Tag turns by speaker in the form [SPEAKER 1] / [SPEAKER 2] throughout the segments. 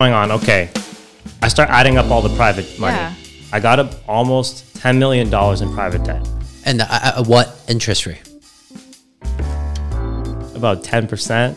[SPEAKER 1] going on? Okay. I start adding up all the private money.
[SPEAKER 2] Yeah.
[SPEAKER 1] I got up almost $10 million in private debt,
[SPEAKER 3] And uh, uh, what interest rate?
[SPEAKER 1] about 10%.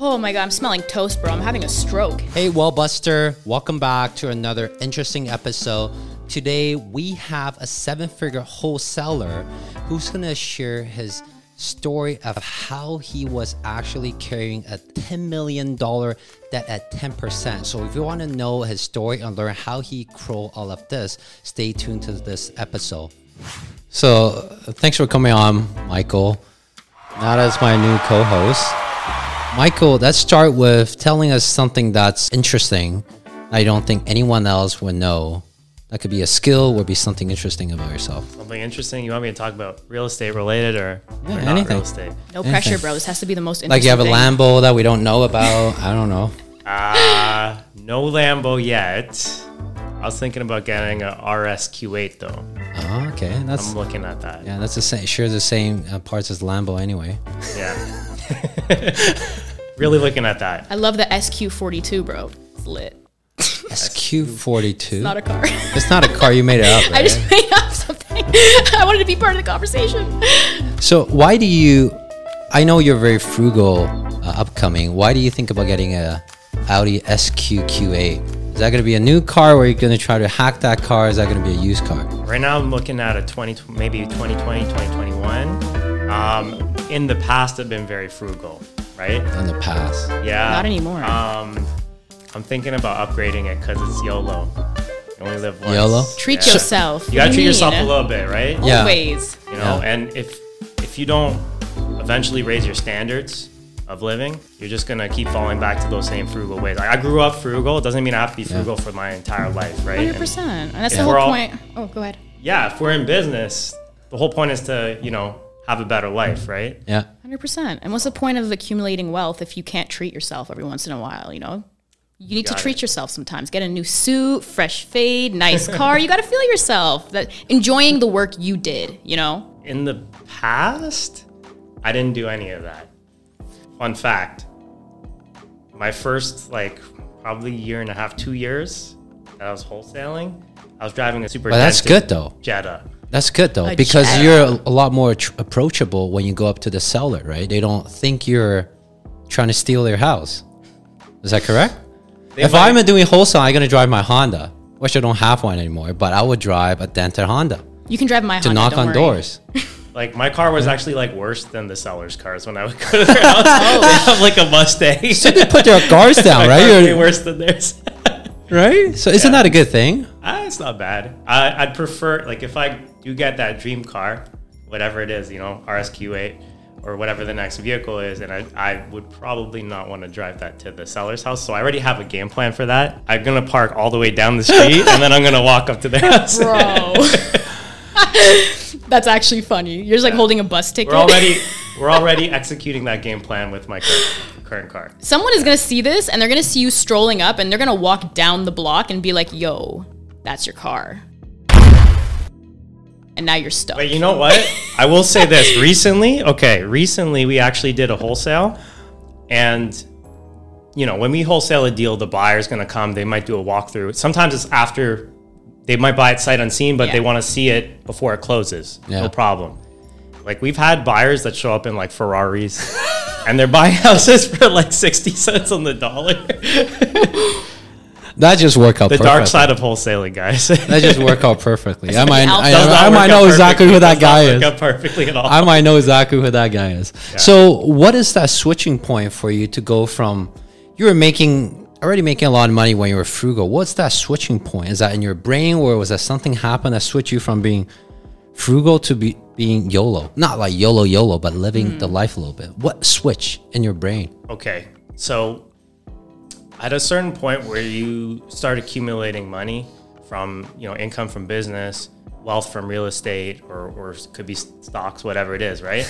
[SPEAKER 2] Oh my god, I'm smelling toast, bro. I'm having a stroke.
[SPEAKER 3] Hey, Wellbuster, welcome back to another interesting episode. Today, we have a seven figure wholesaler who's going to share his story of how he was actually carrying a $10 million debt at 10%. So, if you want to know his story and learn how he crawled all of this, stay tuned to this episode. So, thanks for coming on, Michael. Not as my new co host. Michael, let's start with telling us something that's interesting. I don't think anyone else would know. That could be a skill or be something interesting about yourself.
[SPEAKER 1] Something interesting you want me to talk about real estate related or,
[SPEAKER 3] Yeah,
[SPEAKER 1] or not
[SPEAKER 3] anything.
[SPEAKER 1] real estate?
[SPEAKER 2] No
[SPEAKER 3] Anything.
[SPEAKER 2] pressure, bro. This has to be the most interesting.
[SPEAKER 3] Like you have a
[SPEAKER 2] thing.
[SPEAKER 3] Lambo that we don't know about. I don't know.
[SPEAKER 1] Uh, no Lambo yet. I was thinking about getting a RSQ8 though.
[SPEAKER 3] Oh, okay, that's
[SPEAKER 1] I'm looking at that.
[SPEAKER 3] yeah, that's the same. Sure, the same uh, parts as Lambo anyway.
[SPEAKER 1] Yeah. really looking at that.
[SPEAKER 2] I love the SQ42, bro. It's lit.
[SPEAKER 3] SQ42.
[SPEAKER 2] Not a car.
[SPEAKER 3] It's not a car. You made it up. Right?
[SPEAKER 2] I just made up something. I wanted to be part of the conversation.
[SPEAKER 3] so why do you? I know you're very frugal, uh, upcoming. Why do you think about getting a Audi SQQ8? Is that going to be a new car, or are you going to try to hack that car? Is that going to be a used car?
[SPEAKER 1] Right now, I'm looking at a 20, maybe 2020, 2021. Um, in the past, I've been very frugal, right?
[SPEAKER 3] in the past.
[SPEAKER 1] Yeah.
[SPEAKER 2] Not anymore.
[SPEAKER 1] Um, I'm thinking about upgrading it because it's YOLO. You only live once.
[SPEAKER 3] YOLO?
[SPEAKER 2] Treat
[SPEAKER 1] Yeah.
[SPEAKER 2] yourself.
[SPEAKER 1] You gotta
[SPEAKER 2] What do
[SPEAKER 1] treat yourself a
[SPEAKER 2] mean? eh?
[SPEAKER 1] little bit, right?
[SPEAKER 3] Yeah.
[SPEAKER 2] Always.
[SPEAKER 1] You know,
[SPEAKER 3] Yeah.
[SPEAKER 1] and if if you don't eventually raise your standards of living, you're just gonna keep falling back to those same frugal ways. Like, I grew up frugal. It doesn't mean I have to be frugal for my entire life, right? And-
[SPEAKER 2] 100%. And that's
[SPEAKER 1] If
[SPEAKER 2] the
[SPEAKER 1] we're
[SPEAKER 2] whole
[SPEAKER 1] all-
[SPEAKER 2] point. Oh, go ahead.
[SPEAKER 1] yeah, if we're in business, the whole point is to, you know, have a better life, right?
[SPEAKER 3] Yeah.
[SPEAKER 2] 100%. And what's the point of accumulating wealth if you can't treat yourself every once in a while, you know? You need to
[SPEAKER 1] got
[SPEAKER 2] treat yourself sometimes. Get a new suit, fresh fade, nice car. You got to feel yourself. That enjoying the work you did, you know?
[SPEAKER 1] In the past, I didn't do any of that. Fun fact my first, like, probably year and a half, two years that I was wholesaling, I was driving a super
[SPEAKER 3] But that's
[SPEAKER 1] dented
[SPEAKER 3] good though.
[SPEAKER 1] Jetta.
[SPEAKER 3] That's good though
[SPEAKER 2] A
[SPEAKER 3] because
[SPEAKER 2] jet.
[SPEAKER 3] you're a lot more tr- approachable when you go up to the seller, right? They don't think you're trying to steal their house. Is that correct? if
[SPEAKER 1] might-
[SPEAKER 3] I'm doing wholesale, I'm gonna drive my Honda, which I don't have one anymore. But I would drive a dented Honda to
[SPEAKER 2] You can drive my Honda.
[SPEAKER 3] knock
[SPEAKER 2] don't
[SPEAKER 3] on
[SPEAKER 2] worry.
[SPEAKER 3] doors.
[SPEAKER 1] Like, my car was actually, like, worse than the seller's cars when I would go to their house. They have, like, a Mustang.
[SPEAKER 3] they put their guards Oh. down,
[SPEAKER 1] my
[SPEAKER 3] right?
[SPEAKER 1] car's way
[SPEAKER 3] You're-
[SPEAKER 1] worse than theirs.
[SPEAKER 3] right? So isn't that a good thing?
[SPEAKER 1] Ah, it's not bad. I, I'd prefer, like, if I do get that dream car, whatever it is, you know, RSQ8 or whatever the next vehicle is, and I, I would probably not want to drive that to the seller's house. So I already have a game plan for that. I'm going to park all the way down the street and then I'm going to walk up to their house.
[SPEAKER 2] Bro. That's actually funny. You're just like holding a bus ticket.
[SPEAKER 1] We're already, we're already executing that game plan with my current, current car.
[SPEAKER 2] Someone is going to see this and they're going to see you strolling up and they're going to walk down the block and be like, yo, that's your car. And now you're stuck.
[SPEAKER 1] But you know what? I will say this. Recently, okay, recently we actually did a wholesale, and you know when we wholesale a deal, the buyer's going to come. They might do a walkthrough. Sometimes it's after they might buy it sight unseen, but they
[SPEAKER 2] Yeah.
[SPEAKER 1] want to see it before it closes.
[SPEAKER 3] Yeah.
[SPEAKER 1] No problem. Like we've had buyers that show up in like Ferraris, and they're buying houses for like sixty cents on the dollar.
[SPEAKER 3] That just worked out.
[SPEAKER 1] The
[SPEAKER 3] perfect.
[SPEAKER 1] dark side of wholesaling, guys.
[SPEAKER 3] That just worked out perfectly. I might,
[SPEAKER 2] alpha.
[SPEAKER 3] I,
[SPEAKER 1] Does not
[SPEAKER 3] I, might
[SPEAKER 1] work out
[SPEAKER 3] know exactly
[SPEAKER 1] perfectly.
[SPEAKER 3] who that
[SPEAKER 1] Does not
[SPEAKER 3] guy
[SPEAKER 1] work
[SPEAKER 3] is.
[SPEAKER 1] out perfectly at all.
[SPEAKER 3] I might know exactly who that guy is. So, what is that switching point for you to go from you were making already making a lot of money when you were frugal? What's that switching point? Is that in your brain, or was that something happened that switched you from being frugal to be, being YOLO? Not like YOLO YOLO, but living the life a little bit. What switch in your brain?
[SPEAKER 1] okay so at a certain point where you start accumulating money from you know income from business wealth from real estate or, or could be stocks whatever it is right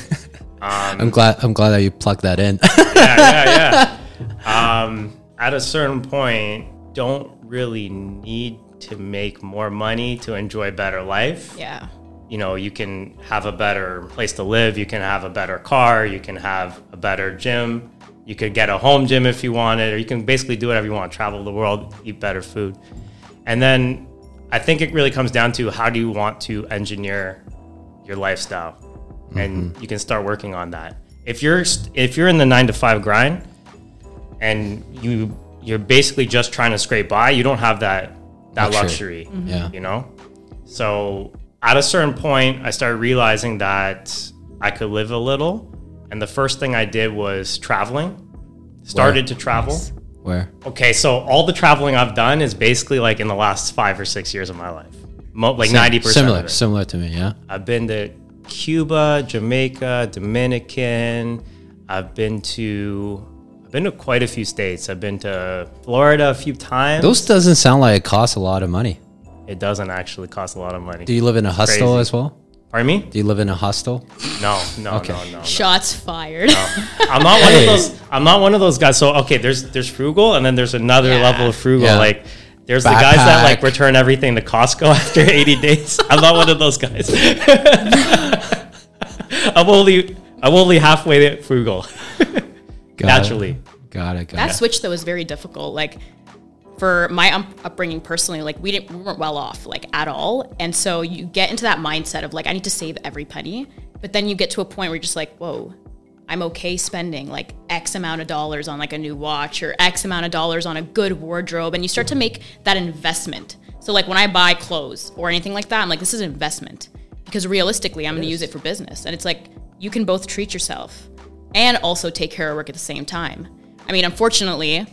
[SPEAKER 3] I'm glad. I'm glad that you plugged that in.
[SPEAKER 1] yeah yeah yeah um, at a certain point don't really need to make more money to enjoy a better life
[SPEAKER 2] yeah.
[SPEAKER 1] you know you can have a better place to live you can have a better car you can have a better gym You could get a home gym if you wanted, or you can basically do whatever you want, travel the world, eat better food. And then I think it really comes down to how do you want to engineer your lifestyle? And you can start working on that. If you're if you're in the 9 to 5 grind and you you're basically just trying to scrape by, you don't have that that
[SPEAKER 3] Luxury.
[SPEAKER 1] luxury,
[SPEAKER 3] Yeah.
[SPEAKER 1] you know? So at a certain point, I started realizing that I could live a little. And the first thing I did was traveling, started to travel.
[SPEAKER 3] Where?
[SPEAKER 1] Okay, so all the traveling I've done is basically like in the last five or six years of my life, Mo- like ninety percent.
[SPEAKER 3] Similar,
[SPEAKER 1] Of it.
[SPEAKER 3] similar to me. Yeah.
[SPEAKER 1] I've been to Cuba, Jamaica, Dominican. I've been to I've been to quite a few states. I've been to Florida a few times.
[SPEAKER 3] Those doesn't sound like it costs a lot of money.
[SPEAKER 1] it doesn't actually cost a lot of money.
[SPEAKER 3] Do you live in a hostel
[SPEAKER 1] Crazy.
[SPEAKER 3] as well?
[SPEAKER 1] Pardon me?
[SPEAKER 3] Do you live in a hostel?
[SPEAKER 1] No, no, no, no, no.
[SPEAKER 2] Shots fired.
[SPEAKER 1] I'm not one
[SPEAKER 3] Hey.
[SPEAKER 1] of those. I'm not one of those guys. So okay, there's there's frugal, and then there's another
[SPEAKER 2] Yeah.
[SPEAKER 1] level of frugal.
[SPEAKER 3] Yeah.
[SPEAKER 1] Like there's the guys that like
[SPEAKER 3] Backpack.
[SPEAKER 1] return everything to Costco after 80 days. I'm not one of those guys. I'm only I'm only halfway frugal.
[SPEAKER 3] Got
[SPEAKER 1] Naturally.
[SPEAKER 3] It. Got it. Got
[SPEAKER 2] that
[SPEAKER 3] it.
[SPEAKER 2] switch though was very difficult like for my um, upbringing personally like we didn't we weren't well off like at all and so you get into that mindset of like i need to save every penny but then you get to a point where you're just like whoa i'm okay spending like x amount of dollars on like a new watch or x amount of dollars on a good wardrobe and you start to make that investment so like when i buy clothes or anything like that i'm like this is an investment because realistically i'm going to use it for business and it's like you can both treat yourself and also take care of work at the same time. I mean, unfortunately,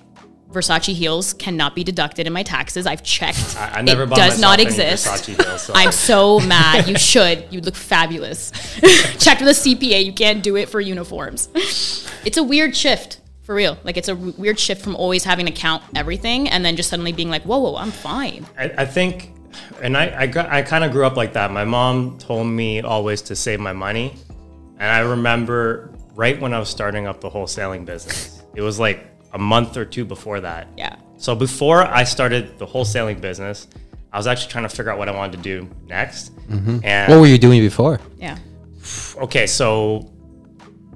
[SPEAKER 2] Versace heels cannot be deducted in my taxes. I've checked.
[SPEAKER 1] I, I never
[SPEAKER 2] it
[SPEAKER 1] bought
[SPEAKER 2] does
[SPEAKER 1] myself
[SPEAKER 2] not
[SPEAKER 1] any
[SPEAKER 2] exist.
[SPEAKER 1] Versace heels, so
[SPEAKER 2] I'm so mad. You should. You look fabulous. Check with a CPA. You can't do it for uniforms. It's a weird shift for real. Like it's a w- weird shift from always having to count everything and then just suddenly being like, "Whoa, whoa, I'm fine."
[SPEAKER 1] I, I think, and I, I, got, I kind of grew up like that. My mom told me always to save my money. And I remember right when I was starting up the wholesaling business, it was like a month or two before that.
[SPEAKER 2] Yeah.
[SPEAKER 1] So before I started the wholesaling business, I was actually trying to figure out what I wanted to do next. And
[SPEAKER 3] what were you doing before?
[SPEAKER 2] Yeah.
[SPEAKER 1] okay, so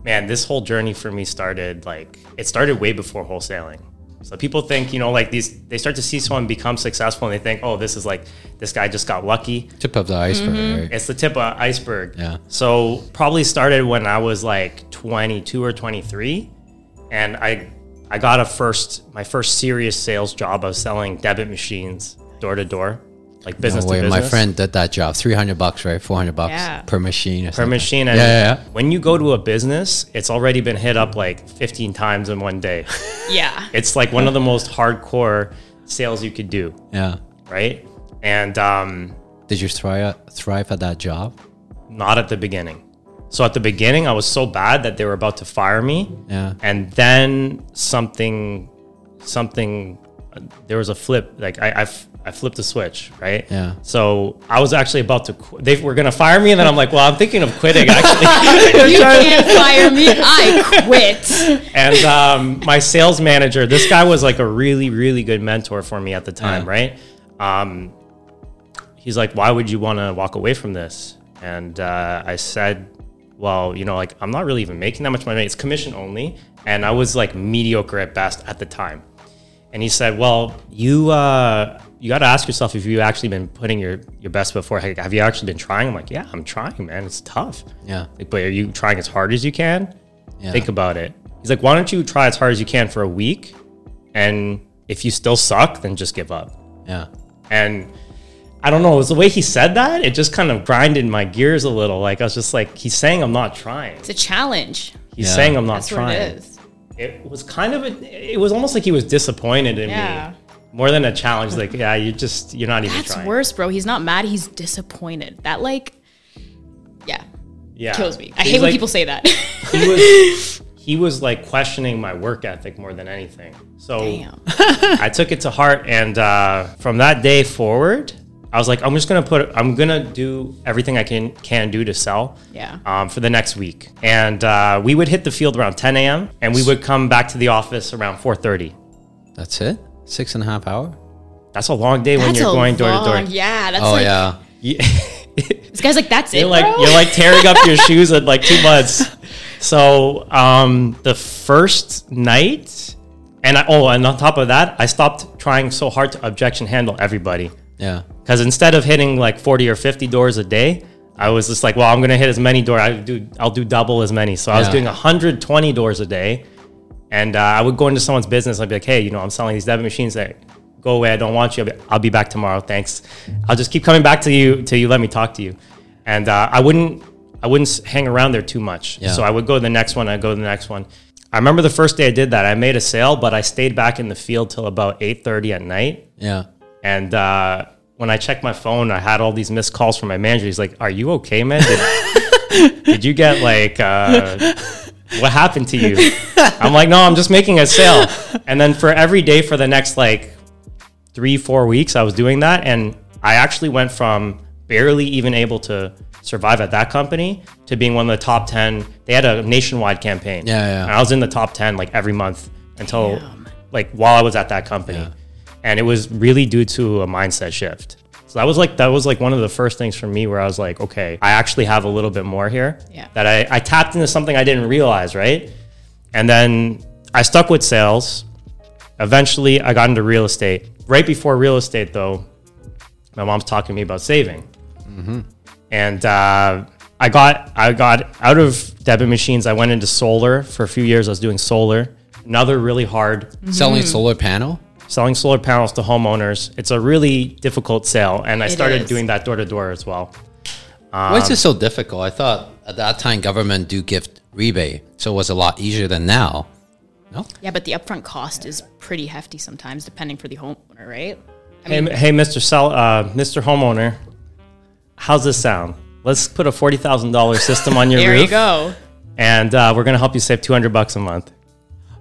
[SPEAKER 1] man, this whole journey for me started like it started way before wholesaling. So people think, you know, like these they start to see someone become successful and they think, "Oh, this is like this guy just got lucky."
[SPEAKER 3] Tip of the
[SPEAKER 2] Mm-hmm.
[SPEAKER 3] iceberg. right?
[SPEAKER 1] It's the tip of iceberg.
[SPEAKER 3] Yeah.
[SPEAKER 1] So probably started when I was like 22 or 23, and I I got a first my first serious sales job. I was selling debit machines door to door, like business
[SPEAKER 3] No way,
[SPEAKER 1] to
[SPEAKER 3] my
[SPEAKER 1] business.
[SPEAKER 3] friend did that job. Three hundred bucks, right? Four hundred bucks
[SPEAKER 2] Yeah.
[SPEAKER 3] per machine. Or
[SPEAKER 1] Per machine, and
[SPEAKER 3] Yeah, yeah, yeah.
[SPEAKER 1] when you go to a business, it's already been hit up like 15 times in one day.
[SPEAKER 2] Yeah.
[SPEAKER 1] it's like one of the most hardcore sales you could do,
[SPEAKER 3] Yeah.
[SPEAKER 1] right? And um,
[SPEAKER 3] Did you thrive thrive at that job?
[SPEAKER 1] not at the beginning. So at the beginning, I was so bad that they were about to fire me.
[SPEAKER 3] Yeah.
[SPEAKER 1] And then something, something, there was a flip. Like I, I, f- I flipped a switch, right?
[SPEAKER 3] Yeah.
[SPEAKER 1] So I was actually about to. Qu- they were gonna fire me, and then I'm like, well, I'm thinking of quitting actually.
[SPEAKER 2] You can't fire me. I quit.
[SPEAKER 1] and um, my sales manager, this guy was like a really, really good mentor for me at the time,
[SPEAKER 3] Yeah.
[SPEAKER 1] right? Um, he's like, why would you want to walk away from this? And uh, I said, well, you know, like I'm not really even making that much money. It's commission only, and I was like mediocre at best at the time. And he said, well, you uh, you got to ask yourself if you've actually been putting your your best foot forward. Like, Have you actually been trying? I'm like, yeah, I'm trying, man. It's tough.
[SPEAKER 3] Yeah.
[SPEAKER 1] Like, but are you trying as hard as you can?
[SPEAKER 3] Yeah.
[SPEAKER 1] Think about it. He's like, why don't you try as hard as you can for a week? And if you still suck, then just give up.
[SPEAKER 3] yeah.
[SPEAKER 1] And I don't know, it was the way he said that, it just kind of grinded my gears a little. Like I was just like, he's saying I'm not trying.
[SPEAKER 2] It's a challenge.
[SPEAKER 1] He's
[SPEAKER 3] Yeah.
[SPEAKER 1] saying I'm not
[SPEAKER 2] That's what
[SPEAKER 1] trying.
[SPEAKER 2] it is.
[SPEAKER 1] It was kind of a, it was almost like he was disappointed in
[SPEAKER 2] Yeah.
[SPEAKER 1] me. More than a challenge, like, yeah, you just you're not even
[SPEAKER 2] That's
[SPEAKER 1] trying.
[SPEAKER 2] worse, bro. He's not mad. He's disappointed. That like, yeah,
[SPEAKER 1] Yeah.
[SPEAKER 2] kills me. I
[SPEAKER 1] He's
[SPEAKER 2] hate when
[SPEAKER 1] like-
[SPEAKER 2] people say that.
[SPEAKER 1] he was he was like questioning my work ethic more than anything. So
[SPEAKER 2] Damn.
[SPEAKER 1] I took it to heart, and uh, from that day forward, I was like, I'm just gonna put, I'm gonna do everything I can can do to sell.
[SPEAKER 2] Yeah.
[SPEAKER 1] Um, for the next week, and uh, we would hit the field around 10 a.m. and we would come back to the office around 4:30.
[SPEAKER 3] That's it. Six and a half hour.
[SPEAKER 1] That's a long day when
[SPEAKER 2] That's
[SPEAKER 1] you're
[SPEAKER 2] a
[SPEAKER 1] going door to
[SPEAKER 2] long,
[SPEAKER 1] door.
[SPEAKER 2] Yeah, that's
[SPEAKER 3] Oh
[SPEAKER 2] like
[SPEAKER 3] yeah.
[SPEAKER 1] You-
[SPEAKER 2] this guy's like that's
[SPEAKER 1] You're
[SPEAKER 2] it,
[SPEAKER 1] like
[SPEAKER 2] bro.
[SPEAKER 1] you're like tearing up your shoes in like two months. So um, the first night, and I, oh, and on top of that, I stopped trying so hard to objection handle everybody
[SPEAKER 3] Yeah.
[SPEAKER 1] because instead of hitting like forty or fifty doors a day, I was just like, well, I'm gonna hit as many doors. I do, I'll do double as many. So I was
[SPEAKER 3] Yeah.
[SPEAKER 1] doing 120 doors a day, and uh, I would go into someone's business. I'd be like, hey, you know, I'm selling these debit machines. Like, go away. I don't want you. I'll be, I'll be back tomorrow. Thanks. I'll just keep coming back to you till you let me talk to you. And uh, I wouldn't, I wouldn't s- hang around there too much.
[SPEAKER 3] Yeah.
[SPEAKER 1] So I would go to the next one. I would go to the next one. I remember the first day I did that. I made a sale, but I stayed back in the field till about 8:30 at night.
[SPEAKER 3] Yeah.
[SPEAKER 1] And uh, when I checked my phone, I had all these missed calls from my manager. He's like, "Are you okay, man? Did, did you get like uh, what happened to you?" I'm like, "No, I'm just making a sale." And then for every day for the next like three, four weeks, I was doing that, and I actually went from barely even able to survive at that company to being one of the top ten. They had a nationwide campaign.
[SPEAKER 3] Yeah, yeah.
[SPEAKER 1] And I was in the top ten like every month until like while I was at that company and it was really due to a mindset shift. So that was like that was like one of the first things for me where I was like, okay, I actually have a little bit more here.
[SPEAKER 2] Yeah.
[SPEAKER 1] That I, I tapped into something I didn't realize, right? And then I stuck with sales. Eventually I got into real estate. Right before real estate though, my mom's talking to me about saving. And uh I got I got out of debit machines. I went into solar for a few years. I was doing solar. Another really hard
[SPEAKER 2] Mm-hmm.
[SPEAKER 3] Selling solar panel.
[SPEAKER 1] selling solar panels to homeowners. It's a really difficult sale, and I
[SPEAKER 2] It
[SPEAKER 1] started
[SPEAKER 2] is.
[SPEAKER 1] doing that door to door as well.
[SPEAKER 3] Why is it so difficult? I thought at that time government do gift rebate, so it was a lot easier than now. No.
[SPEAKER 2] Yeah, but the upfront cost is pretty hefty sometimes, depending for the homeowner, right?
[SPEAKER 1] Hey, m- hey, Mr. Sell, uh, Mr. Homeowner, how's this sound? Let's put a forty thousand dollar system on your
[SPEAKER 2] There
[SPEAKER 1] roof,
[SPEAKER 2] you go.
[SPEAKER 1] and uh, we're gonna help you save two hundred bucks a month.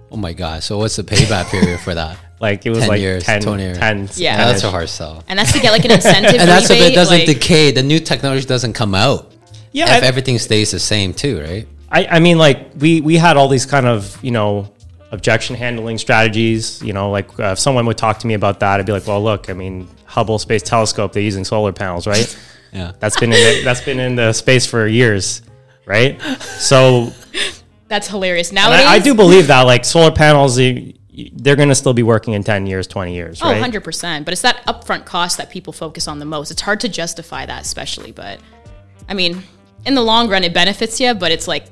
[SPEAKER 3] Oh my god! So what's the payback period for that?
[SPEAKER 1] Like it was
[SPEAKER 3] 10
[SPEAKER 1] like
[SPEAKER 3] years,
[SPEAKER 1] 10,
[SPEAKER 3] 20 years.
[SPEAKER 1] 10
[SPEAKER 2] Yeah.
[SPEAKER 3] Yeah, that's a
[SPEAKER 1] so
[SPEAKER 3] hard sell.
[SPEAKER 2] And that's to get like an incentive.
[SPEAKER 3] And that's if
[SPEAKER 2] rebate,
[SPEAKER 3] it doesn't
[SPEAKER 2] like-
[SPEAKER 3] decay. The new technology doesn't come out.
[SPEAKER 1] Yeah,
[SPEAKER 3] if
[SPEAKER 1] I-
[SPEAKER 3] everything stays the same too, right?
[SPEAKER 1] I, I mean, like we we had all these kind of you know objection handling strategies. You know, like uh, if someone would talk to me about that, I'd be like, well, look, I mean, Hubble Space Telescope, they're using solar panels, right?
[SPEAKER 3] Yeah.
[SPEAKER 1] That's been in the, that's been in the space for years, right? So
[SPEAKER 2] That's hilarious.
[SPEAKER 1] and
[SPEAKER 2] Nowadays,
[SPEAKER 1] I, I do believe that like solar panels, they- they're going to still be working in ten years, twenty years,
[SPEAKER 2] Oh,
[SPEAKER 1] right?
[SPEAKER 2] 100%. But it's that upfront cost that people focus on the most. It's hard to justify that, especially. But I mean, in the long run, it benefits you, but it's like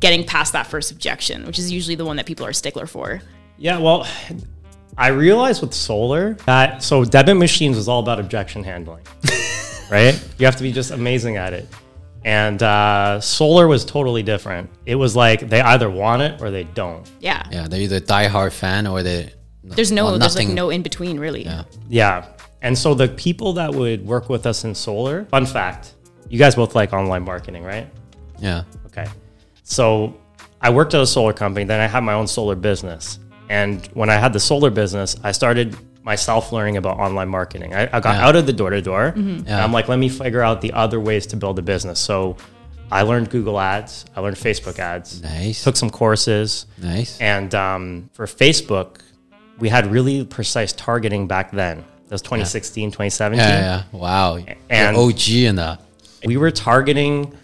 [SPEAKER 2] getting past that first objection, which is usually the one that people are a stickler for.
[SPEAKER 1] Yeah, well, I realized with solar that so debit machines was all about objection handling, right? You have to be just amazing at it. And uh, solar was totally different. It was like they either want it or they don't.
[SPEAKER 2] Yeah.
[SPEAKER 3] Yeah, they're either diehard fan or they.
[SPEAKER 2] There's no,
[SPEAKER 3] Well,
[SPEAKER 2] there's like
[SPEAKER 3] nothing-
[SPEAKER 2] no in between, really. Yeah.
[SPEAKER 1] Yeah. And so the people that would work with us in solar, fun fact, you guys both like online marketing, right?
[SPEAKER 3] Yeah,
[SPEAKER 1] Okay. So I worked at a solar company, then I had my own solar business. And when I had the solar business, I started myself learning about online marketing. I, I got
[SPEAKER 3] Yeah. Mm-hmm.
[SPEAKER 1] out of the door to door.
[SPEAKER 3] Yeah.
[SPEAKER 1] I'm like, let me figure out the other ways to build a business. So I learned Google ads, I learned Facebook ads,
[SPEAKER 3] nice,
[SPEAKER 1] took some courses.
[SPEAKER 3] nice.
[SPEAKER 1] And um, for Facebook, we had really precise targeting back then. That was 2016, 2017
[SPEAKER 3] Yeah, yeah. Wow, You're
[SPEAKER 1] And-
[SPEAKER 3] OG in that.
[SPEAKER 1] we were targeting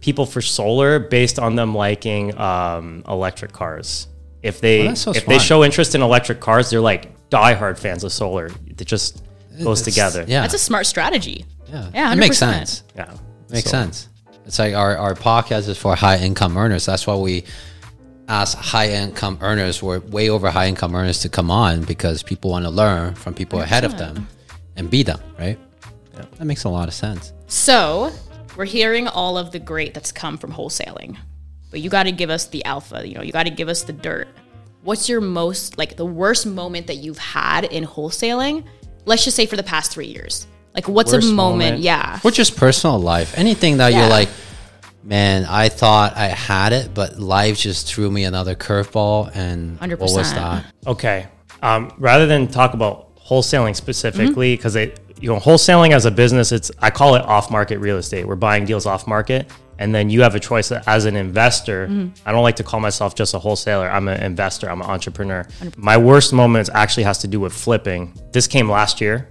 [SPEAKER 1] people for solar based on them liking um, electric cars. If they
[SPEAKER 3] that's so
[SPEAKER 1] if they
[SPEAKER 3] smart.
[SPEAKER 1] show interest in electric cars, they're like diehard fans of solar. It just goes together.
[SPEAKER 3] Yeah,
[SPEAKER 2] That's a smart strategy.
[SPEAKER 3] yeah,
[SPEAKER 2] yeah,
[SPEAKER 3] it makes
[SPEAKER 2] 100%.
[SPEAKER 3] sense.
[SPEAKER 1] yeah,
[SPEAKER 3] Makes
[SPEAKER 1] So-
[SPEAKER 3] sense. It's like our, our podcast is for high income earners. That's why we ask high income earners, we're way over high income earners to come on because people want to learn from people ahead of them and be them, right? That makes a lot of sense.
[SPEAKER 2] So we're hearing all of the great that's come from wholesaling, but you got to give us the alpha. You know, you got to give us the dirt. What's your most like the worst moment that you've had in wholesaling? Let's just say for the past three years. Like, what's
[SPEAKER 1] Worst
[SPEAKER 2] a moment?
[SPEAKER 1] moment?
[SPEAKER 2] Yeah,
[SPEAKER 3] Or just personal life. Anything that
[SPEAKER 2] Yeah.
[SPEAKER 3] you're like, man, I thought I had it, but life just threw me another curveball. And what was
[SPEAKER 2] 100%.
[SPEAKER 3] that?
[SPEAKER 1] Okay. Um, rather than talk about wholesaling specifically,
[SPEAKER 2] Mm-hmm.
[SPEAKER 1] because it you know wholesaling as a business, it's I call it off market real estate. We're buying deals off market, and then you have a choice as an investor.
[SPEAKER 2] Mm-hmm.
[SPEAKER 1] I don't like to call myself just a wholesaler. I'm an investor. I'm an entrepreneur. My worst moments actually has to do with flipping. This came last year,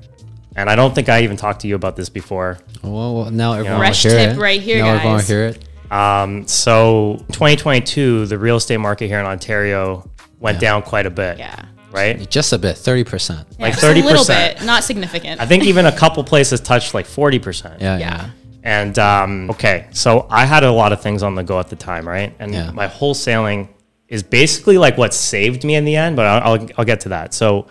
[SPEAKER 1] and I don't think I even talked to you about this before.
[SPEAKER 3] Well, well now everyone will
[SPEAKER 2] Fresh
[SPEAKER 3] hear
[SPEAKER 2] tip
[SPEAKER 3] it.
[SPEAKER 2] right here,
[SPEAKER 3] now everyone will
[SPEAKER 2] guys.
[SPEAKER 3] hear it.
[SPEAKER 1] Um, so 2022, the real estate market here in Ontario went down quite a bit.
[SPEAKER 2] Yeah.
[SPEAKER 1] Right.
[SPEAKER 3] Just a bit, 30%. Yeah.
[SPEAKER 1] Like
[SPEAKER 2] just a little
[SPEAKER 1] 30%.
[SPEAKER 2] bit, not significant.
[SPEAKER 1] I think even a couple places touched like 40%.
[SPEAKER 3] Yeah.
[SPEAKER 2] yeah.
[SPEAKER 1] And um, okay, so I had a lot of things on the go at the time, right? And
[SPEAKER 3] Yeah.
[SPEAKER 1] my wholesaling is basically like what saved me in the end, but I'll, I'll, I'll get to that. So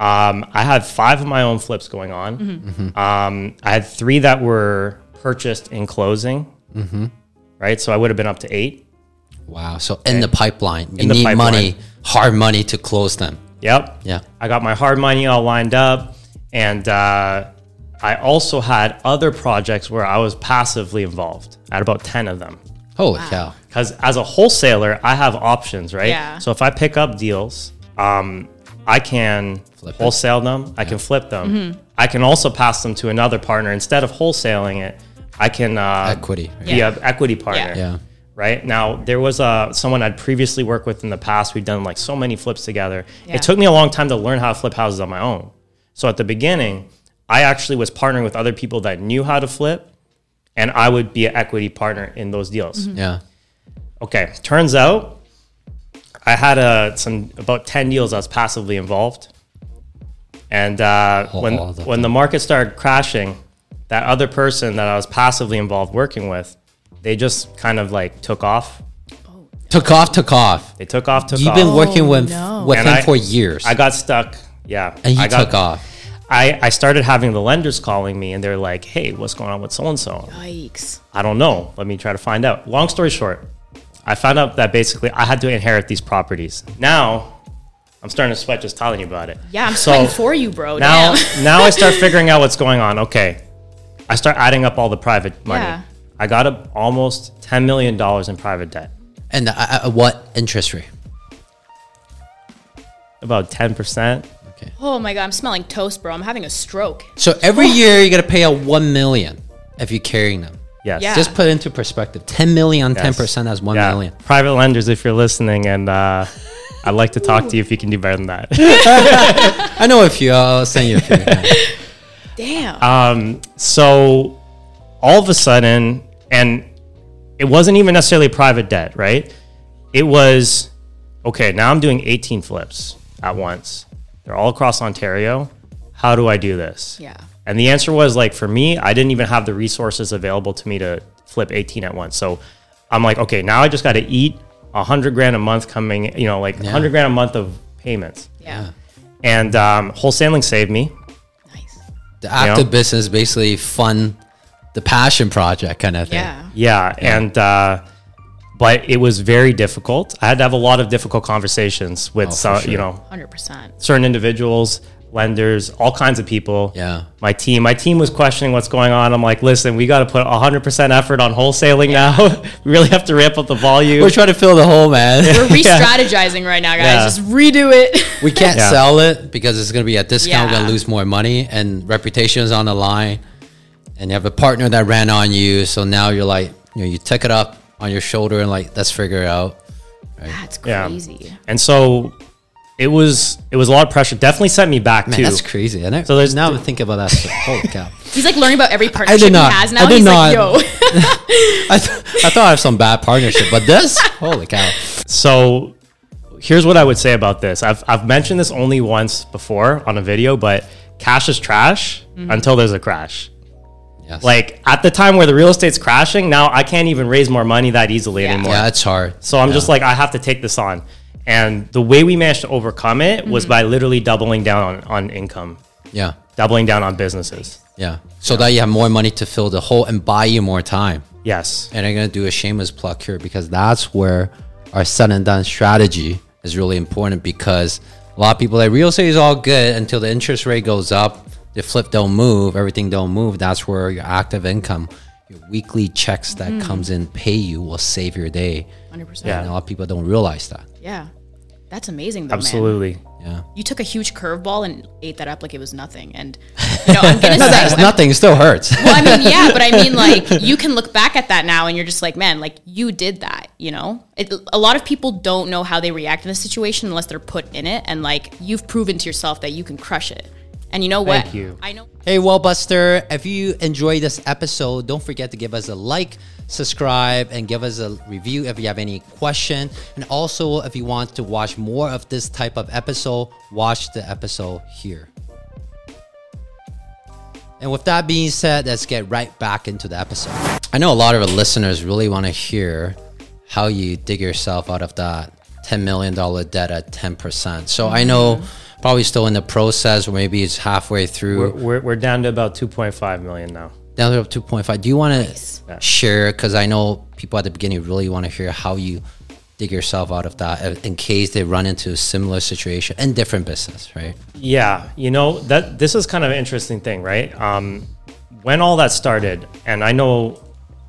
[SPEAKER 1] um, I had five of my own flips going on.
[SPEAKER 3] Mm-hmm.
[SPEAKER 1] Um, I had three that were purchased in closing,
[SPEAKER 3] Mm-hmm.
[SPEAKER 1] right? So I would have been up to eight.
[SPEAKER 3] Wow. So in the pipeline, you
[SPEAKER 1] the
[SPEAKER 3] need
[SPEAKER 1] pipeline.
[SPEAKER 3] money, hard money to close them.
[SPEAKER 1] Yep.
[SPEAKER 3] Yeah.
[SPEAKER 1] I got my hard money all lined up. And uh, I also had other projects where I was passively involved at about 10 of them.
[SPEAKER 3] Holy cow.
[SPEAKER 1] because as a wholesaler, I have options, right?
[SPEAKER 2] Yeah.
[SPEAKER 1] So if I pick up deals, um, I can
[SPEAKER 3] Flip it.
[SPEAKER 1] wholesale them. I can flip them.
[SPEAKER 2] Mm-hmm.
[SPEAKER 1] I can also pass them to another partner instead of wholesaling it. I can uh,
[SPEAKER 3] Equity. right?
[SPEAKER 1] be
[SPEAKER 2] Yeah.
[SPEAKER 1] an equity partner.
[SPEAKER 3] Yeah.
[SPEAKER 1] Right now, there was uh, someone I'd previously worked with in the past. We've done like so many flips together.
[SPEAKER 2] Yeah.
[SPEAKER 1] It took me a long time to learn how to flip houses on my own. So at the beginning, I actually was partnering with other people that knew how to flip, and I would be an equity partner in those deals.
[SPEAKER 2] Mm-hmm.
[SPEAKER 3] Yeah.
[SPEAKER 1] Okay, turns out I had uh, some about ten deals I was passively involved, and uh,
[SPEAKER 3] Oh,
[SPEAKER 1] when
[SPEAKER 3] all the
[SPEAKER 1] when the market started crashing, that other person that I was passively involved working with, they just kind of like took off.
[SPEAKER 3] Took off, took off.
[SPEAKER 1] They took off, took
[SPEAKER 3] You've
[SPEAKER 1] off.
[SPEAKER 3] been working with,
[SPEAKER 2] Oh, no.
[SPEAKER 3] with him
[SPEAKER 1] And I-
[SPEAKER 3] for years.
[SPEAKER 1] I got stuck. Yeah,
[SPEAKER 3] and he
[SPEAKER 1] I got,
[SPEAKER 3] took off.
[SPEAKER 1] I, I started having the lenders calling me, and they're like, "Hey, what's going on with so and so?"
[SPEAKER 2] Yikes.
[SPEAKER 1] I don't know. Let me try to find out. Long story short, I found out that basically I had to inherit these properties. Now I'm starting to sweat just telling you about it.
[SPEAKER 2] Yeah, I'm
[SPEAKER 1] So
[SPEAKER 2] sweating for you, bro.
[SPEAKER 1] Now
[SPEAKER 2] Damn.
[SPEAKER 1] now I start figuring out what's going on. Okay. I start adding up all the private money.
[SPEAKER 2] Yeah.
[SPEAKER 1] I got up almost ten million dollars in private debt.
[SPEAKER 3] And uh, uh, what interest rate?
[SPEAKER 1] About ten percent.
[SPEAKER 3] Okay.
[SPEAKER 2] oh my god, I'm smelling toast, bro. I'm having a stroke.
[SPEAKER 3] So every year you got to pay out 1 million if you're carrying them.
[SPEAKER 1] Yes.
[SPEAKER 2] Yeah.
[SPEAKER 3] Just put it into perspective. 10 million on
[SPEAKER 1] Yes.
[SPEAKER 3] 10% as one
[SPEAKER 1] Yeah.
[SPEAKER 3] million.
[SPEAKER 1] Private lenders, if you're listening, and uh, I'd like to talk to you if you can do better than that.
[SPEAKER 3] I know a few. I'll send you a few. yeah.
[SPEAKER 2] Damn.
[SPEAKER 1] Uh, so all of a sudden and it wasn't even necessarily private debt right it was okay now i'm doing 18 flips at once they're all across ontario how do i do this
[SPEAKER 2] Yeah.
[SPEAKER 1] and the answer was like for me i didn't even have the resources available to me to flip 18 at once so i'm like okay now i just got to eat 100 grand a month coming you know like 100 grand a month of payments
[SPEAKER 2] yeah.
[SPEAKER 1] and um, wholesaling saved me
[SPEAKER 2] Nice.
[SPEAKER 3] The active
[SPEAKER 1] Yeah.
[SPEAKER 3] business basically fund the passion project kind of thing.
[SPEAKER 2] Yeah.
[SPEAKER 1] Yeah, and uh, but it was very difficult. I had to have a lot of difficult conversations with
[SPEAKER 3] Oh, for
[SPEAKER 1] some,
[SPEAKER 3] sure.
[SPEAKER 1] you know,
[SPEAKER 2] 100%.
[SPEAKER 1] certain individuals, lenders, all kinds of people.
[SPEAKER 3] Yeah.
[SPEAKER 1] My team, my team was questioning what's going on. I'm like, listen, we got to put 100% effort on wholesaling now. we really have to ramp up the volume.
[SPEAKER 3] We're trying to fill the hole, man.
[SPEAKER 2] We're re strategizing right now, guys.
[SPEAKER 1] Yeah.
[SPEAKER 2] Just redo it.
[SPEAKER 3] we can't
[SPEAKER 1] Yeah.
[SPEAKER 3] sell it because it's going to be a discount. We're going
[SPEAKER 2] Yeah.
[SPEAKER 3] to lose more money and reputation is on the line. And you have a partner that ran on you. So now you're like, you know, you took it up on your shoulder and like, let's figure it out.
[SPEAKER 2] That's
[SPEAKER 1] Yeah.
[SPEAKER 2] crazy.
[SPEAKER 1] and so it was it was a lot of pressure. Definitely set me back
[SPEAKER 3] Man,
[SPEAKER 1] too.
[SPEAKER 3] that's crazy. And so
[SPEAKER 1] So
[SPEAKER 3] there's
[SPEAKER 1] there's-
[SPEAKER 3] now I'm thinking about that. So, holy cow.
[SPEAKER 2] He's like learning about every partnership
[SPEAKER 3] not.
[SPEAKER 2] he has
[SPEAKER 3] I
[SPEAKER 2] now.
[SPEAKER 3] did
[SPEAKER 2] He's like,
[SPEAKER 3] not.
[SPEAKER 2] yo.
[SPEAKER 3] I, th- I thought I have some bad partnership, but this, holy cow.
[SPEAKER 1] So here's what I would say about this. I've, I've mentioned this only once before on a video, but cash is trash
[SPEAKER 3] Mm-hmm.
[SPEAKER 1] until there's a crash.
[SPEAKER 3] Yes.
[SPEAKER 1] Like at the time where the real estate's crashing, now I can't even raise more money that easily
[SPEAKER 2] Yeah.
[SPEAKER 1] anymore.
[SPEAKER 3] yeah, it's hard.
[SPEAKER 1] So I'm just like, I have to take this on. And the way we managed to overcome it was
[SPEAKER 3] Mm-hmm.
[SPEAKER 1] by literally doubling down on, on income,
[SPEAKER 3] Yeah.
[SPEAKER 1] doubling down on businesses.
[SPEAKER 3] Yeah. So that you have more money to fill the hole and buy you more time.
[SPEAKER 1] Yes.
[SPEAKER 3] And I'm going to do a shameless plug here because that's where our said and done strategy is really important because a lot of people like real estate is all good until the interest rate goes up, the flip don't move, everything don't move. That's where your active income, your weekly checks that comes in pay you will save your day.
[SPEAKER 2] 100%.
[SPEAKER 1] Yeah.
[SPEAKER 3] And a lot of people don't realize that.
[SPEAKER 2] Yeah. That's amazing, though, man.
[SPEAKER 1] Absolutely.
[SPEAKER 3] Yeah.
[SPEAKER 2] You took a huge curveball and ate that up like it was nothing. And, you know, I'm going to
[SPEAKER 3] No,
[SPEAKER 2] say,
[SPEAKER 3] that's
[SPEAKER 2] I'm-
[SPEAKER 3] nothing. It still hurts.
[SPEAKER 2] Well, I mean, yeah, but I mean, like, you can look back at that now and you're just like, man, like, you did that, you know? It, a lot of people don't know how they react in this situation unless they're put in it. And, like, you've proven to yourself that you can crush it. And you know what?
[SPEAKER 1] Thank you.
[SPEAKER 2] I know.
[SPEAKER 3] Hey, well, Buster, if you enjoy this episode, don't forget to give us a like, subscribe, and give us a review if you have any question. And also, if you want to watch more of this type of episode, watch the episode here. And with that being said, let's get right back into the episode. I know a lot of our listeners really want to hear how you dig yourself out of that $10 million debt at 10%. So I know probably still in the process, or maybe it's halfway
[SPEAKER 1] We're,
[SPEAKER 3] through,
[SPEAKER 1] we're, we're down to about 2.5 million now.
[SPEAKER 3] down to 2.5. Do you want to
[SPEAKER 1] Yeah.
[SPEAKER 3] share? Because I know people at the beginning really want to hear how you dig yourself out of that uh, in case they run into a similar situation in different business, right?
[SPEAKER 1] Yeah, you know that this is kind of an interesting thing, right? Um, when all that started, and I know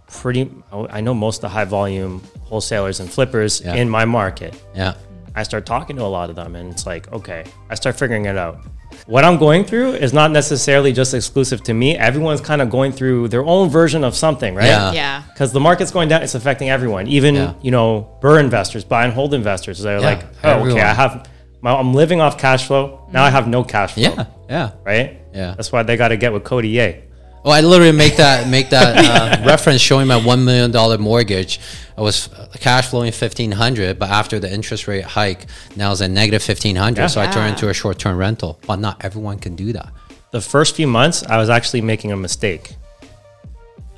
[SPEAKER 1] pretty, I know most of the high volume wholesalers and flippers
[SPEAKER 3] Yeah.
[SPEAKER 1] in my market.
[SPEAKER 3] Yeah.
[SPEAKER 1] I start talking to a lot of them, and it's like, okay, I start figuring it out. What I'm going through is not necessarily just exclusive to me. Everyone's kind of going through their own version of something, right?
[SPEAKER 3] Yeah.
[SPEAKER 2] Yeah.
[SPEAKER 1] because the market's going down it's affecting everyone even
[SPEAKER 3] Yeah.
[SPEAKER 1] you know burr investors buy and hold investors they're like oh
[SPEAKER 3] everyone. Mm.
[SPEAKER 1] okay i have my, i'm living off cash flow now i have no cash flow
[SPEAKER 3] Yeah. Yeah.
[SPEAKER 1] right
[SPEAKER 3] Yeah.
[SPEAKER 1] that's why they got to get with cody Yeh.
[SPEAKER 3] Oh, I literally make that make that uh, reference showing my one million dollar mortgage. I was uh, cash flowing fifteen hundred, but after the interest rate hike, now it's at negative fifteen hundred.
[SPEAKER 1] Yeah.
[SPEAKER 3] So I turn
[SPEAKER 2] Yeah.
[SPEAKER 3] into a short term rental. But not everyone can do that.
[SPEAKER 1] the first few months i was actually making a mistake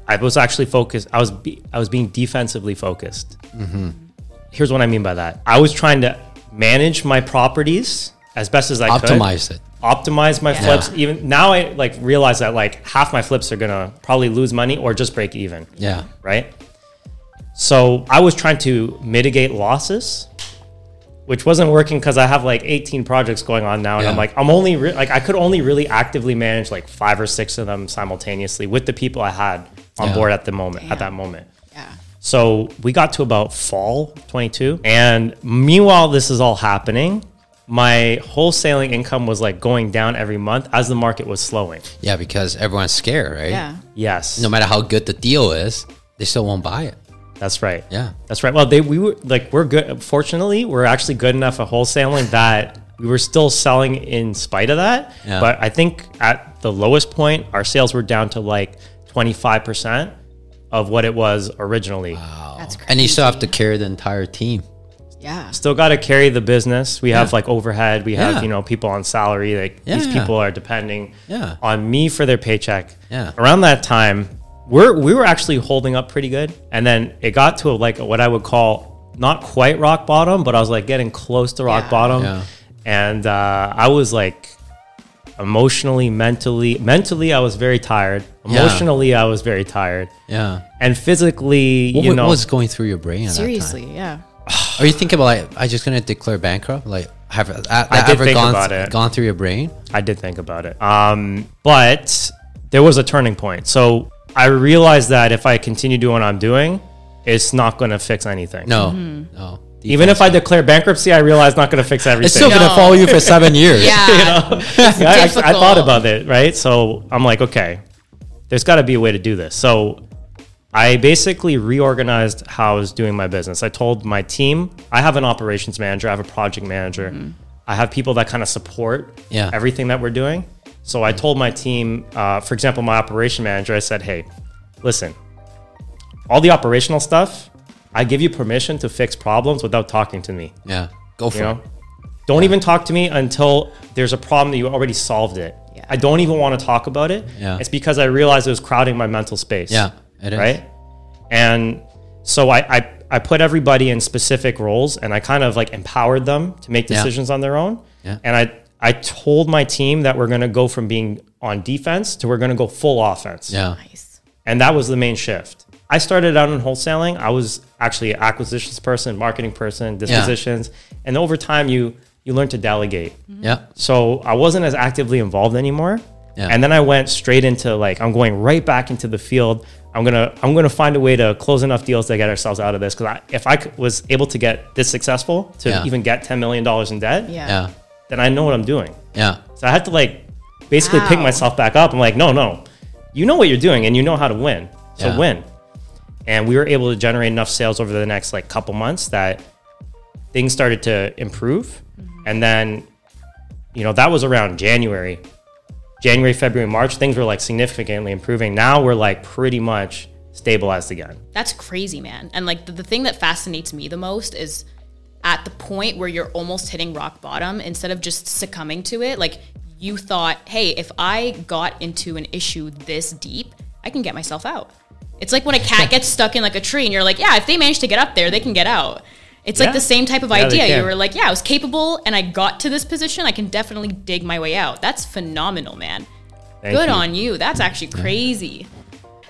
[SPEAKER 1] i was actually focused i was be, i was being defensively focused
[SPEAKER 3] Mm-hmm.
[SPEAKER 1] here's what i mean by that i was trying to manage my properties as best as i could
[SPEAKER 3] Optimize it.
[SPEAKER 1] optimize my
[SPEAKER 2] Yeah.
[SPEAKER 1] flips even now i like realize that like half my flips are gonna probably lose money or just break even
[SPEAKER 3] Yeah.
[SPEAKER 1] right so i was trying to mitigate losses which wasn't working because i have like 18 projects going on now and i'm
[SPEAKER 3] Yeah.
[SPEAKER 1] like i'm only re- like i could only really actively manage like five or six of them simultaneously with the people i had on
[SPEAKER 3] Yeah.
[SPEAKER 1] board at the moment at that moment
[SPEAKER 2] Yeah.
[SPEAKER 1] so we got to about fall 22. And meanwhile, this is all happening. My wholesaling income was like going down every month as the market was slowing.
[SPEAKER 3] Yeah, because everyone's scared, right?
[SPEAKER 2] Yeah.
[SPEAKER 1] Yes.
[SPEAKER 3] No matter how good the deal is, they still won't buy it.
[SPEAKER 1] That's right.
[SPEAKER 3] Yeah.
[SPEAKER 1] That's right. Well, they we were like we're good. Fortunately, we're actually good enough at wholesaling that we were still selling in spite of that.
[SPEAKER 3] Yeah.
[SPEAKER 1] But I think at the lowest point, our sales were down to like twenty five percent of what it was originally.
[SPEAKER 2] That's crazy.
[SPEAKER 3] And you still have to carry the entire team.
[SPEAKER 2] Yeah.
[SPEAKER 1] still got to carry the business. We have
[SPEAKER 3] Yeah.
[SPEAKER 1] like overhead. We have
[SPEAKER 3] Yeah.
[SPEAKER 1] you know people on salary. Like
[SPEAKER 3] Yeah,
[SPEAKER 1] these
[SPEAKER 3] yeah.
[SPEAKER 1] people are depending
[SPEAKER 3] Yeah.
[SPEAKER 1] on me for their paycheck.
[SPEAKER 3] Yeah.
[SPEAKER 1] Around that time, we're we were actually holding up pretty good, and then it got to like what I would call not quite rock bottom, but I was like getting close to rock
[SPEAKER 2] Yeah.
[SPEAKER 1] bottom,
[SPEAKER 3] Yeah.
[SPEAKER 1] and uh, I was like emotionally, mentally, mentally I was very tired.
[SPEAKER 3] Yeah.
[SPEAKER 1] Emotionally, I was very tired.
[SPEAKER 3] Yeah.
[SPEAKER 1] And physically,
[SPEAKER 3] What,
[SPEAKER 1] you
[SPEAKER 3] wa-
[SPEAKER 1] know,
[SPEAKER 3] what was going through your brain? At
[SPEAKER 2] Seriously. Yeah.
[SPEAKER 3] That time? Are you thinking about like I just gonna declare bankrupt? Like have uh, that
[SPEAKER 1] did
[SPEAKER 3] ever
[SPEAKER 1] think
[SPEAKER 3] gone
[SPEAKER 1] about it.
[SPEAKER 3] gone through your brain?
[SPEAKER 1] I did think about it. Um, but there was a turning point. So I realized that if I continue doing what I'm doing, it's not going to fix anything.
[SPEAKER 3] No.
[SPEAKER 2] Mm-hmm.
[SPEAKER 3] No.
[SPEAKER 1] Even if I declare bankruptcy, I realize not going to fix everything.
[SPEAKER 3] It's still gonna
[SPEAKER 2] No.
[SPEAKER 3] follow you for seven years.
[SPEAKER 2] Yeah.
[SPEAKER 1] Yeah, I, actually- I
[SPEAKER 2] difficult.
[SPEAKER 1] thought about it, right? So I'm like, okay, there's got to be a way to do this. So I basically reorganized how I was doing my business. I told my team, I have an operations manager, I have a project manager, I have people that kind of support
[SPEAKER 3] Yeah.
[SPEAKER 1] everything that we're doing. So I told my team, uh, for example, my operation manager, I said, hey, listen, all the operational stuff, I give you permission to fix problems without talking to me.
[SPEAKER 3] Yeah. Go for
[SPEAKER 1] You
[SPEAKER 3] it.
[SPEAKER 1] know, don't even talk to me until there's a problem that you already solved it.
[SPEAKER 2] Yeah.
[SPEAKER 1] I don't even want to talk about it.
[SPEAKER 3] Yeah.
[SPEAKER 1] It's because I realized it was crowding my mental space.
[SPEAKER 3] Yeah, it is.
[SPEAKER 1] Right. And so I, I, I put everybody in specific roles and I kind of like empowered them to make
[SPEAKER 3] Yeah.
[SPEAKER 1] decisions on their own.
[SPEAKER 3] Yeah.
[SPEAKER 1] And I, I told my team that we're going to go from being on defense to we're going to go full offense.
[SPEAKER 3] Yeah.
[SPEAKER 2] Nice.
[SPEAKER 1] And that was the main shift. I started out in wholesaling. I was actually an acquisitions person, marketing person, dispositions. And over time you you learn to delegate.
[SPEAKER 3] Yeah.
[SPEAKER 1] So I wasn't as actively involved anymore.
[SPEAKER 3] Yeah.
[SPEAKER 1] And then I went straight into like I'm going right back into the field. I'm gonna I'm gonna find a way to close enough deals to get ourselves out of this because I, if I c- was able to get this successful to
[SPEAKER 3] Yeah.
[SPEAKER 1] even get ten million dollars in debt,
[SPEAKER 2] Yeah.
[SPEAKER 3] Yeah.
[SPEAKER 1] then I know what I'm doing.
[SPEAKER 3] Yeah.
[SPEAKER 1] So I had to like basically pick
[SPEAKER 2] Wow.
[SPEAKER 1] myself back up. I'm like, no, no, you know what you're doing and you know how to win. So
[SPEAKER 3] Yeah.
[SPEAKER 1] win. And we were able to generate enough sales over the next like couple months that things started
[SPEAKER 2] Mm-hmm.
[SPEAKER 1] to improve. And then, you know, that was around January. January, February, March, things were like significantly improving. Now we're like pretty much stabilized again.
[SPEAKER 2] That's crazy, man. And like the, the thing that fascinates me the most is at the point where you're almost hitting rock bottom, instead of just succumbing to it, like you thought, hey, if I got into an issue this deep, I can get myself out. It's like when a cat gets stuck in like a tree and you're like, yeah, if they manage to get up there, they can get out. It's
[SPEAKER 1] Yeah.
[SPEAKER 2] like the same type of
[SPEAKER 1] Yeah, they
[SPEAKER 2] idea. You
[SPEAKER 1] can.
[SPEAKER 2] were like, yeah, I was capable and I got to this position. I can definitely dig my way out. That's phenomenal, man.
[SPEAKER 1] Thank
[SPEAKER 2] Good
[SPEAKER 1] you.
[SPEAKER 2] on you. That's actually crazy.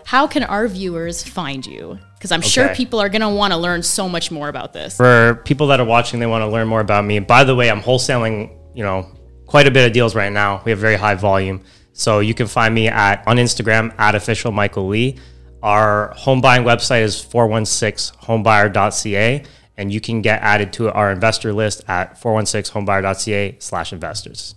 [SPEAKER 2] How can our viewers find you? Because I'm sure
[SPEAKER 1] Okay.
[SPEAKER 2] people are going to want to learn so much more about this.
[SPEAKER 1] for people that are watching they want to learn more about me by the way i'm wholesaling you know quite a bit of deals right now we have very high volume so you can find me at on instagram at official michael lee our home buying website is 416homebuyer.ca and you can get added to our investor list at 416homebuyer.ca slash investors